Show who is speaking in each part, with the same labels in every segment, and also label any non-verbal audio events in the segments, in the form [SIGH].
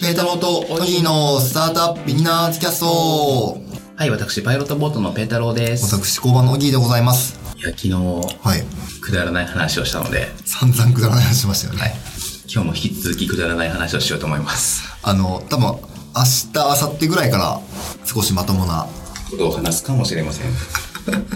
Speaker 1: ペータローとトニーのスタートアップビギナーズキャスト
Speaker 2: はい、私、パイロットボートのペータローです。
Speaker 1: 私、工場のオギーでございます。
Speaker 2: いや、昨日、
Speaker 1: はい。
Speaker 2: くだらない話をしたので、
Speaker 1: 散々くだらない話しましたよね。
Speaker 2: 今日も引き続きくだらない話をしようと思います。
Speaker 1: あの、多分、明日、明後日ぐらいから、少しまともな、
Speaker 2: ことを話すかもしれません。 [LAUGHS] い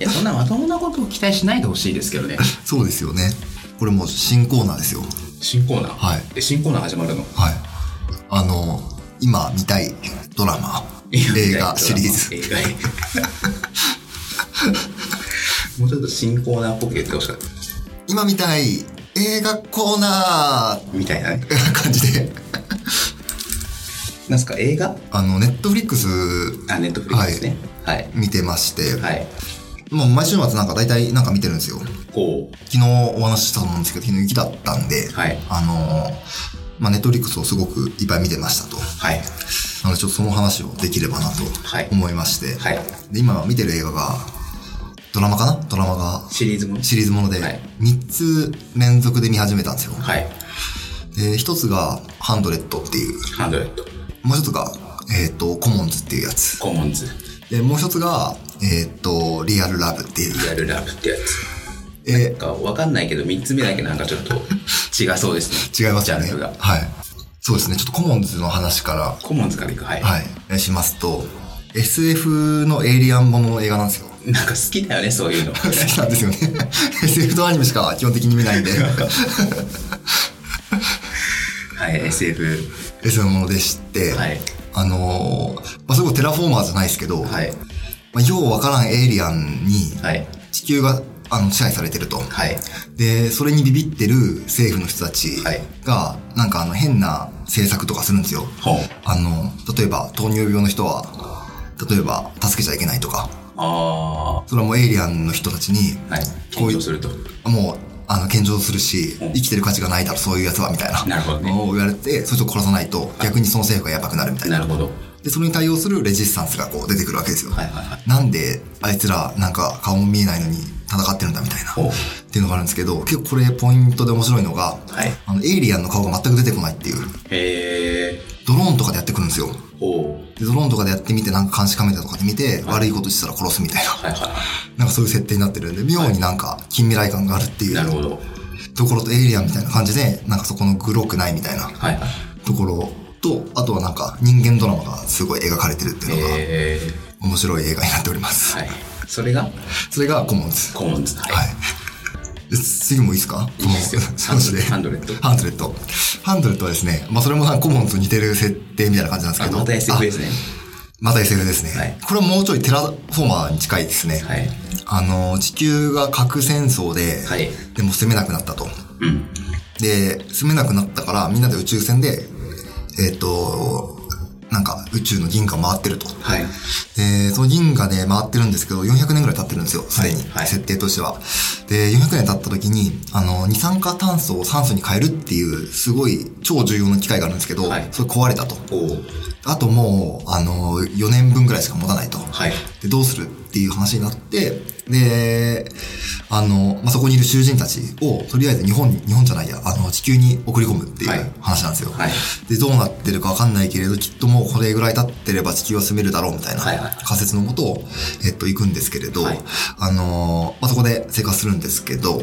Speaker 2: や、そんなまともなことを期待しないでほしいですけどね。
Speaker 1: そうですよね。これもう新コーナーですよ。
Speaker 2: [LAUGHS] 新コーナー。
Speaker 1: はい
Speaker 2: え、新コーナー始まるの
Speaker 1: はい。あの、今見たいドラマ、映画シリーズ。
Speaker 2: 映画。 [LAUGHS] もうちょっと新コーナーっぽく言ってほしかった。
Speaker 1: 今見たい映画コーナー
Speaker 2: みたいなね。
Speaker 1: 感じで、
Speaker 2: なんすか、映画
Speaker 1: あの、ネットフリックス
Speaker 2: あ、ネットフリックですね。はい。
Speaker 1: 見てまして、
Speaker 2: はい。
Speaker 1: もう毎週末なんか大体なんか見てるんですよ。
Speaker 2: こ
Speaker 1: 昨日お話ししたと思うんですけど、昨日雪だったんで、
Speaker 2: はい
Speaker 1: あのーまあ、ネットフリックスをすごくいっぱい見てましたと。
Speaker 2: う。はい。
Speaker 1: なので、ちょっとその話をできればなと
Speaker 2: はい
Speaker 1: 思いまして、
Speaker 2: はい。
Speaker 1: で、今見てる映画が、ドラマかなドラマが、
Speaker 2: シリーズもの
Speaker 1: シリーズもので
Speaker 2: はい、
Speaker 1: 3つ連続で見始めたんですよ。
Speaker 2: はい。
Speaker 1: で、1つが、ハンドレットっていう、
Speaker 2: ハンドレット。
Speaker 1: もう1つが、えっ、と、コモンズっていうやつ。
Speaker 2: コモンズ。
Speaker 1: で、もう1つが、えっ、と、リアルラブっていう。
Speaker 2: リアルラブってやつ。
Speaker 1: え
Speaker 2: なんかわかんないけど3つ目だけなんかちょっと違そうですね
Speaker 1: 違いますよね。
Speaker 2: ジャンルが
Speaker 1: はい。そうですね。ちょっとコモンズの話から、
Speaker 2: コモンズからいくはい、
Speaker 1: はい、しますと、SF のエイリアンものの映画なんですよ。 [LAUGHS]
Speaker 2: なんか好きだよねそういうの
Speaker 1: 好きなんですよね。SF とアニメしか基本的に見ないんで、 [LAUGHS]
Speaker 2: はい SF
Speaker 1: SF ものでして、
Speaker 2: はい
Speaker 1: あのーまあ、すごいテラフォーマーじゃないですけど、
Speaker 2: はい
Speaker 1: まあ、ようわからんエイリアンに
Speaker 2: はい
Speaker 1: 地球があの支配されてると。
Speaker 2: はい
Speaker 1: で、それにビビってる政府の人たち
Speaker 2: はい
Speaker 1: が、なんかあの変な政策とかするんですよ。
Speaker 2: ほう
Speaker 1: あの、例えば糖尿病の人は、例えば助けちゃいけないとか、
Speaker 2: あ
Speaker 1: それはもうエイリアンの人たちに、
Speaker 2: あはい
Speaker 1: こうい
Speaker 2: 緊張すると
Speaker 1: もう、あの、献上するし、
Speaker 2: うん
Speaker 1: 生きてる価値がないだろ、そういうやつは、みたいな。
Speaker 2: なるほどね
Speaker 1: を言われて、そいつを殺さないと、逆にその政府がやばくなるみたいな。
Speaker 2: なるほど
Speaker 1: で、それに対応するレジスタンスがこう出てくるわけですよ。
Speaker 2: はいはいはい
Speaker 1: なんで、あいつら、なんか顔も見えないのに戦ってるんだ、みたいな。
Speaker 2: ほう
Speaker 1: っていうのがあるんですけど、結構これポイントで面白いのが、
Speaker 2: はい
Speaker 1: あの、エイリアンの顔が全く出てこないっていう、
Speaker 2: へえ
Speaker 1: ドローンとかでやってくるんですよ。
Speaker 2: ほう
Speaker 1: で、ドローンとかでやってみて、なんか監視カメラとかで見て、悪いことしたら殺すみたいな。
Speaker 2: はいはい
Speaker 1: なんかそういう設定になってるんで、妙になんか近未来感があるっていう。
Speaker 2: なるほど
Speaker 1: ところとエイリアンみたいな感じで、なんかそこのグロくないみたいな
Speaker 2: はいはい
Speaker 1: ところと、あとはなんか人間ドラマがすごい描かれてるっていうのが
Speaker 2: え
Speaker 1: 面白い映画になっております。
Speaker 2: はいそれが
Speaker 1: それがコモンズ。
Speaker 2: コモンズはい、
Speaker 1: はい。で次もいいですか
Speaker 2: いいですよ
Speaker 1: この少しで。
Speaker 2: ハンドレッド
Speaker 1: ハンドレッド。ハンドレッドはですね、まあそれもなんかコモンズと似てる設定みたいな感じなんですけ
Speaker 2: あ
Speaker 1: ど。
Speaker 2: また SF ですね
Speaker 1: あまた SF ですね。
Speaker 2: はい
Speaker 1: これはもうちょいテラフォーマーに近いですね。
Speaker 2: はい
Speaker 1: あの、地球が核戦争で、
Speaker 2: はい
Speaker 1: でも攻めなくなったと。
Speaker 2: うん
Speaker 1: で、住めなくなったから、みんなで宇宙船で、えっ、と、なんか宇宙の銀河回ってると。
Speaker 2: はい
Speaker 1: で、その銀河で回ってるんですけど、400年ぐらい経ってるんですよ、すでに、
Speaker 2: はいはい
Speaker 1: 設定としては。で、400年経った時に、あの、二酸化炭素を酸素に変えるっていう、すごい超重要な機械があるんですけど、
Speaker 2: はい
Speaker 1: それ壊れたと。
Speaker 2: おう
Speaker 1: あともう、あの、4年分ぐらいしか持たないと。
Speaker 2: はい
Speaker 1: で、どうするっていう話になって、で、あの、まあ、そこにいる囚人たちを、とりあえず日本に、日本じゃないや、あの、地球に送り込むってい
Speaker 2: は
Speaker 1: う
Speaker 2: い
Speaker 1: 話なんですよ。
Speaker 2: はい
Speaker 1: で、どうなってるかわかんないけれど、きっともうこれぐらい経ってれば地球は住めるだろうみたいな
Speaker 2: はいはい
Speaker 1: 仮説のもとを、えっと、行くんですけれど、
Speaker 2: はい
Speaker 1: あの、まあ、そこで生活するんですけど、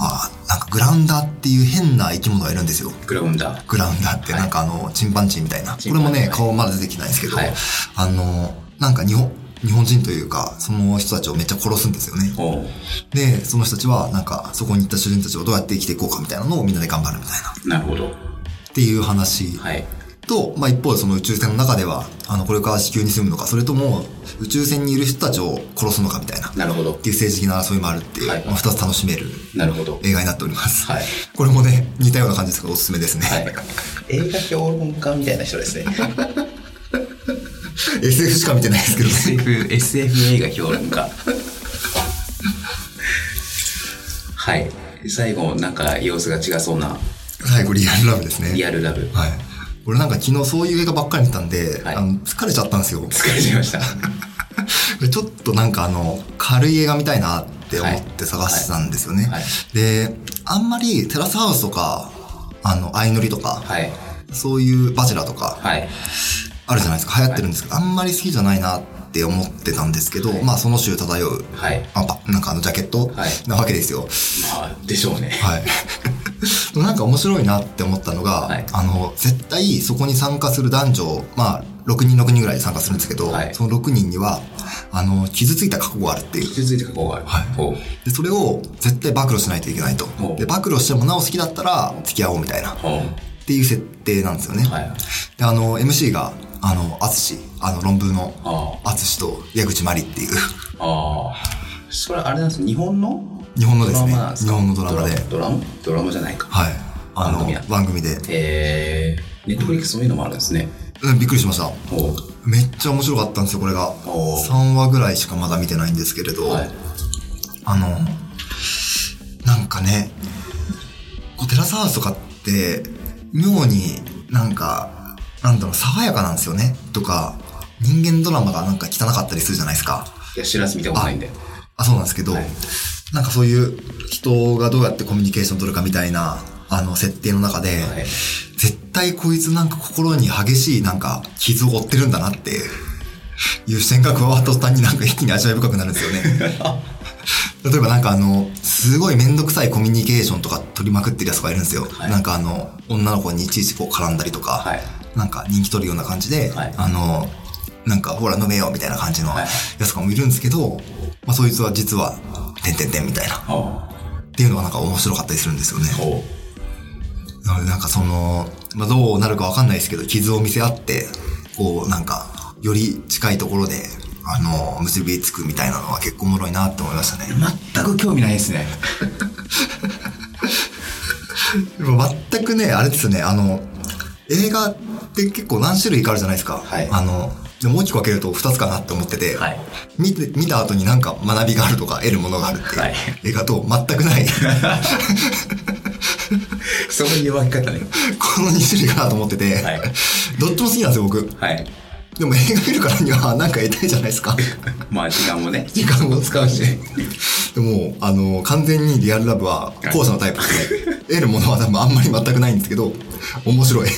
Speaker 1: あなんかグラウンダーっていう変な生き物がいるんですよ。
Speaker 2: グラウンダー
Speaker 1: グラウンダーって
Speaker 2: はい
Speaker 1: なんかあの、チンパンジーみたいな。こ
Speaker 2: チ
Speaker 1: れ
Speaker 2: ンパンジ
Speaker 1: も
Speaker 2: ー
Speaker 1: ね、
Speaker 2: はい
Speaker 1: 顔まだ出てきてないんですけど
Speaker 2: はい、
Speaker 1: あの、なんか日本、日本人というか、その人たちをめっちゃ殺すんですよね。
Speaker 2: おう
Speaker 1: で、その人たちは、なんか、そこに行った主人たちをどうやって生きていこうかみたいなのをみんなで頑張るみたいな。っ
Speaker 2: なるほど
Speaker 1: ていう話
Speaker 2: はい
Speaker 1: と、まあ一方でその宇宙船の中では、あの、これから地球に住むのか、それとも宇宙船にいる人たちを殺すのかみたいな。っ
Speaker 2: なるほど
Speaker 1: ていう政治的な争いもあるっていう、
Speaker 2: はい
Speaker 1: まあ二つ楽しめる
Speaker 2: なるほど
Speaker 1: 映画になっております。
Speaker 2: はい
Speaker 1: これもね、似たような感じですけど、おすすめですね。 [LAUGHS]
Speaker 2: はい、映画評論家みたいな人です [LAUGHS] ね
Speaker 1: SF しか見てないですけどね。
Speaker 2: SF, SF 映画評論家はい最後なんか様子が違そうな
Speaker 1: 最後リアルラブですね。
Speaker 2: リアルラブ
Speaker 1: はい。俺なんか昨日そういう映画ばっかり見たんで、
Speaker 2: はい
Speaker 1: あの疲れちゃったんですよ。
Speaker 2: 疲れちゃいました
Speaker 1: ちょっとなんかあの、軽い映画見たいなって思って探してたんですよね。
Speaker 2: はいはい
Speaker 1: で、あんまりテラスハウスとか、あの、相乗りとか、
Speaker 2: はい
Speaker 1: そういうバチェラーとか、
Speaker 2: はい。
Speaker 1: あるじゃないですか。流行ってるんですけど、あんまり好きじゃないなって思ってたんですけど、まあその週漂う、
Speaker 2: はい。
Speaker 1: あパなんかあのジャケット
Speaker 2: はい
Speaker 1: なわけですよ。
Speaker 2: まあ、でしょうね。
Speaker 1: はい。
Speaker 2: [LAUGHS]
Speaker 1: でもなんか面白いなって思ったのが、
Speaker 2: はい
Speaker 1: あの、絶対そこに参加する男女、まあ、6人6人ぐらい参加するんですけど、
Speaker 2: はい
Speaker 1: その6人には、あの、傷ついた過去があるっていう。
Speaker 2: 傷ついて過去がある。
Speaker 1: はい
Speaker 2: ほう。
Speaker 1: で、それを絶対暴露しないといけないと
Speaker 2: お。
Speaker 1: で、暴露してもなお好きだったら付き合おうみたいな、っ
Speaker 2: ほう。
Speaker 1: ていう設定なんですよね。
Speaker 2: はい。あ
Speaker 1: で、あの、MC が、あの、アツシ、あの、論文の
Speaker 2: あ。
Speaker 1: アツシと矢口まりっていう、
Speaker 2: ああ。それあれなんですか日本の
Speaker 1: 日本のですね
Speaker 2: ドラマなん、です
Speaker 1: 日
Speaker 2: か
Speaker 1: 本のドラマで、
Speaker 2: ドラマドラマドラマじゃないか。
Speaker 1: はい。あ
Speaker 2: 番組や
Speaker 1: の、番組で、
Speaker 2: えー、ネットフリックスそういうのもあるんですね。
Speaker 1: うんびっくりしました。
Speaker 2: ほう。
Speaker 1: めっちゃ面白かったんですよ、これが。
Speaker 2: おー
Speaker 1: 3話ぐらいしかまだ見てないんですけれど、
Speaker 2: はい。
Speaker 1: あの、なんかね、こうテラスハウスとかって、妙になんか、なんだろう、爽やかなんですよね。とか、人間ドラマがなんか汚かったりするじゃないですか。
Speaker 2: いや、知らず見たことないんで。
Speaker 1: あ、そうなんですけど、
Speaker 2: はい
Speaker 1: なんかそういう人がどうやってコミュニケーション取るかみたいな、あの、設定の中で、
Speaker 2: はい
Speaker 1: 絶対こいつなんか心に激しいなんか傷を負ってるんだなっていう視点が加わった途端になんか一気に味わい深くなるんですよ
Speaker 2: [LAUGHS]
Speaker 1: ね。例えばなんかあの、すごいめんどくさいコミュニケーションとか取りまくってるやつがいるんですよ。
Speaker 2: はい
Speaker 1: なんかあの、女の子にいちいちこう絡んだりとか、
Speaker 2: はい
Speaker 1: なんか人気取るような感じで、
Speaker 2: はい
Speaker 1: あの、なんかほら飲めよみたいな感じの
Speaker 2: はい
Speaker 1: やつとかもいるんですけど、まあそいつは実は、てんてんてんみたいな。
Speaker 2: ほ
Speaker 1: っていうのがなんか面白かったりするんですよね。
Speaker 2: う。ほ
Speaker 1: なのでなんかその、まあ、どうなるかわかんないですけど、傷を見せ合って、こうなんか、より近いところで、あの、結びつくみたいなのは結構おもろいなって思いましたね。
Speaker 2: う。全く興味ないですね。
Speaker 1: でも全くね、あれですよね、あの、映画って結構何種類かあるじゃないですか。
Speaker 2: はい
Speaker 1: あの、でも大きく分けると2つかなって思ってて、
Speaker 2: はい
Speaker 1: 見て見た後になんか学びがあるとか得るものがあるっていう、
Speaker 2: はい
Speaker 1: 映画と全く
Speaker 2: [LAUGHS]
Speaker 1: ない、
Speaker 2: [LAUGHS] そういう分け方ね。
Speaker 1: この2種類かなと思ってて、
Speaker 2: はい
Speaker 1: どっちも好きなんですよ、僕。
Speaker 2: はい。
Speaker 1: でも映画見るからにはなんか得たいじゃないです [LAUGHS] か。
Speaker 2: まあ、時間もね。
Speaker 1: 時間も使うし。でも、あの、完全にリアルラブは後者のタイプで、得るものは多分あんまり全くないんですけど、面白い。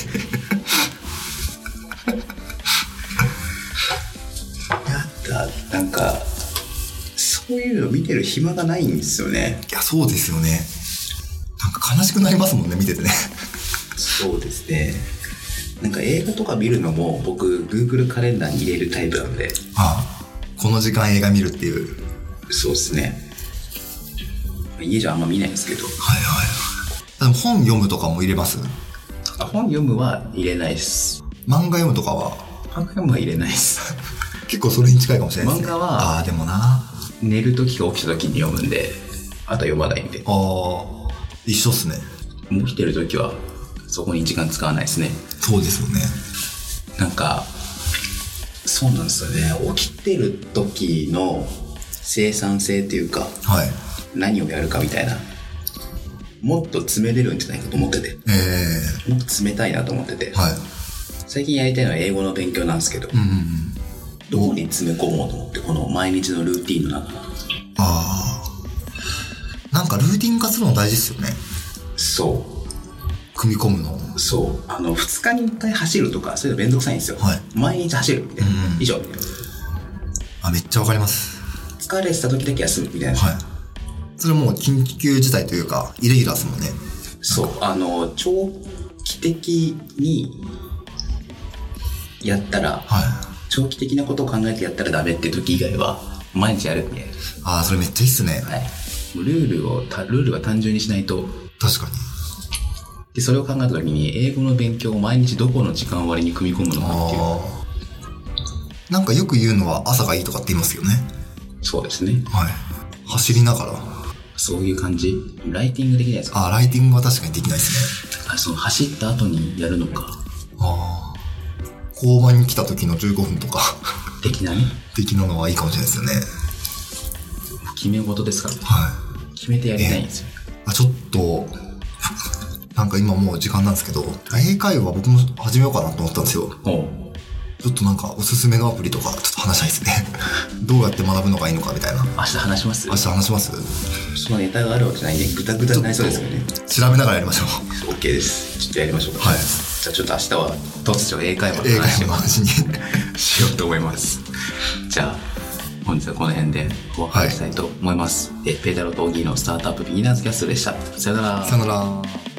Speaker 2: だなんかそういうの見てる暇がないんですよね
Speaker 1: いや、そうですよね。なんか悲しくなりますもんね、見ててね。
Speaker 2: そうですねなんか映画とか見るのも僕 Google カレンダーに入れるタイプなんで
Speaker 1: ああこの時間映画見るっていう。
Speaker 2: そうですね家じゃあんま見ないんですけど
Speaker 1: はいはい。でも本読むとかも入れます
Speaker 2: あ本読むは入れないっす
Speaker 1: 漫画読むとかは、
Speaker 2: 漫画読むは入れないっす
Speaker 1: 結構それに近いかもしれないですね。
Speaker 2: 漫画は
Speaker 1: ああ、でもな。あ
Speaker 2: 寝る時か起きた時に読むんであとは読まないんで
Speaker 1: あ、一緒っすね。
Speaker 2: もう起きてる時はそこに時間使わないですね
Speaker 1: そうですよね。
Speaker 2: なんかそうなんですよね起きてる時の生産性っていうか
Speaker 1: はい。
Speaker 2: 何をやるかみたいなもっと詰めれるんじゃないかと思ってて
Speaker 1: え
Speaker 2: もっと詰めたいなと思って
Speaker 1: え
Speaker 2: て、
Speaker 1: はい。
Speaker 2: 最近やりたいのは英語の勉強なんですけど、
Speaker 1: うんうんうん。
Speaker 2: どこに詰め込もうと思ってこの毎日のルーティンの中
Speaker 1: ああ。なんかルーティン化するの大事ですよね。
Speaker 2: そ
Speaker 1: 組み込むの。
Speaker 2: うそうあの2日に1回走るとかそういうのめんどくさいんですよ、
Speaker 1: はい
Speaker 2: 毎日走るみたいな、
Speaker 1: うんうん
Speaker 2: 以上
Speaker 1: あ、めっちゃわかります。
Speaker 2: 疲れてた時だけ休むみたいな、
Speaker 1: はい。それもう緊急事態というか、イレギュラーですもんね。
Speaker 2: そうあの長期的にやったら
Speaker 1: はい。
Speaker 2: 長期的なことを考えてやったらダメって時以外は毎日やるみたい
Speaker 1: ああ、それめっちゃいいっすね。
Speaker 2: な、はい、もうルールをたルールは単純にしないと
Speaker 1: 確かに。
Speaker 2: でそれを考えた時に英語の勉強を毎日どこの時間割に組み込むのかっていう
Speaker 1: ああ。なんかよく言うのは朝がいいとかって言いますよね。
Speaker 2: そうですね
Speaker 1: はい。走りながら。
Speaker 2: そういう感じライティングできないですか
Speaker 1: ああ、ライティングは確かにできないですね。
Speaker 2: あその走った後にやるのか
Speaker 1: ああ。交番に来た時の15分とか、 [LAUGHS]
Speaker 2: 的なね
Speaker 1: 的なのはいいかもしれないですよね。
Speaker 2: 決め事ですから
Speaker 1: はい。
Speaker 2: 決めてやりたいんですよ
Speaker 1: あちょっと、なんか今もう時間なんですけど、英会話僕も始めようかなと思ったんですよ。
Speaker 2: おう
Speaker 1: ちょっとなんかおすすめのアプリとかちょっと話したいですね [LAUGHS] どうやって学ぶのがいいのかみたいな
Speaker 2: 明日話します
Speaker 1: 明日話します
Speaker 2: そのネタがあるわけじゃないんでグダグダになりそうですよね
Speaker 1: 調べながらやりましょう
Speaker 2: OK ですちょっとやりましょうか
Speaker 1: はい
Speaker 2: じゃあちょっと明日は突如英会話の
Speaker 1: 映画
Speaker 2: 話
Speaker 1: の
Speaker 2: を
Speaker 1: 話に
Speaker 2: しようと思いますじゃあ本日はこの辺でお別れしたいと思います、えペータローとオギーのスタートアップビギナーズキャストでしたさよなら
Speaker 1: さよなら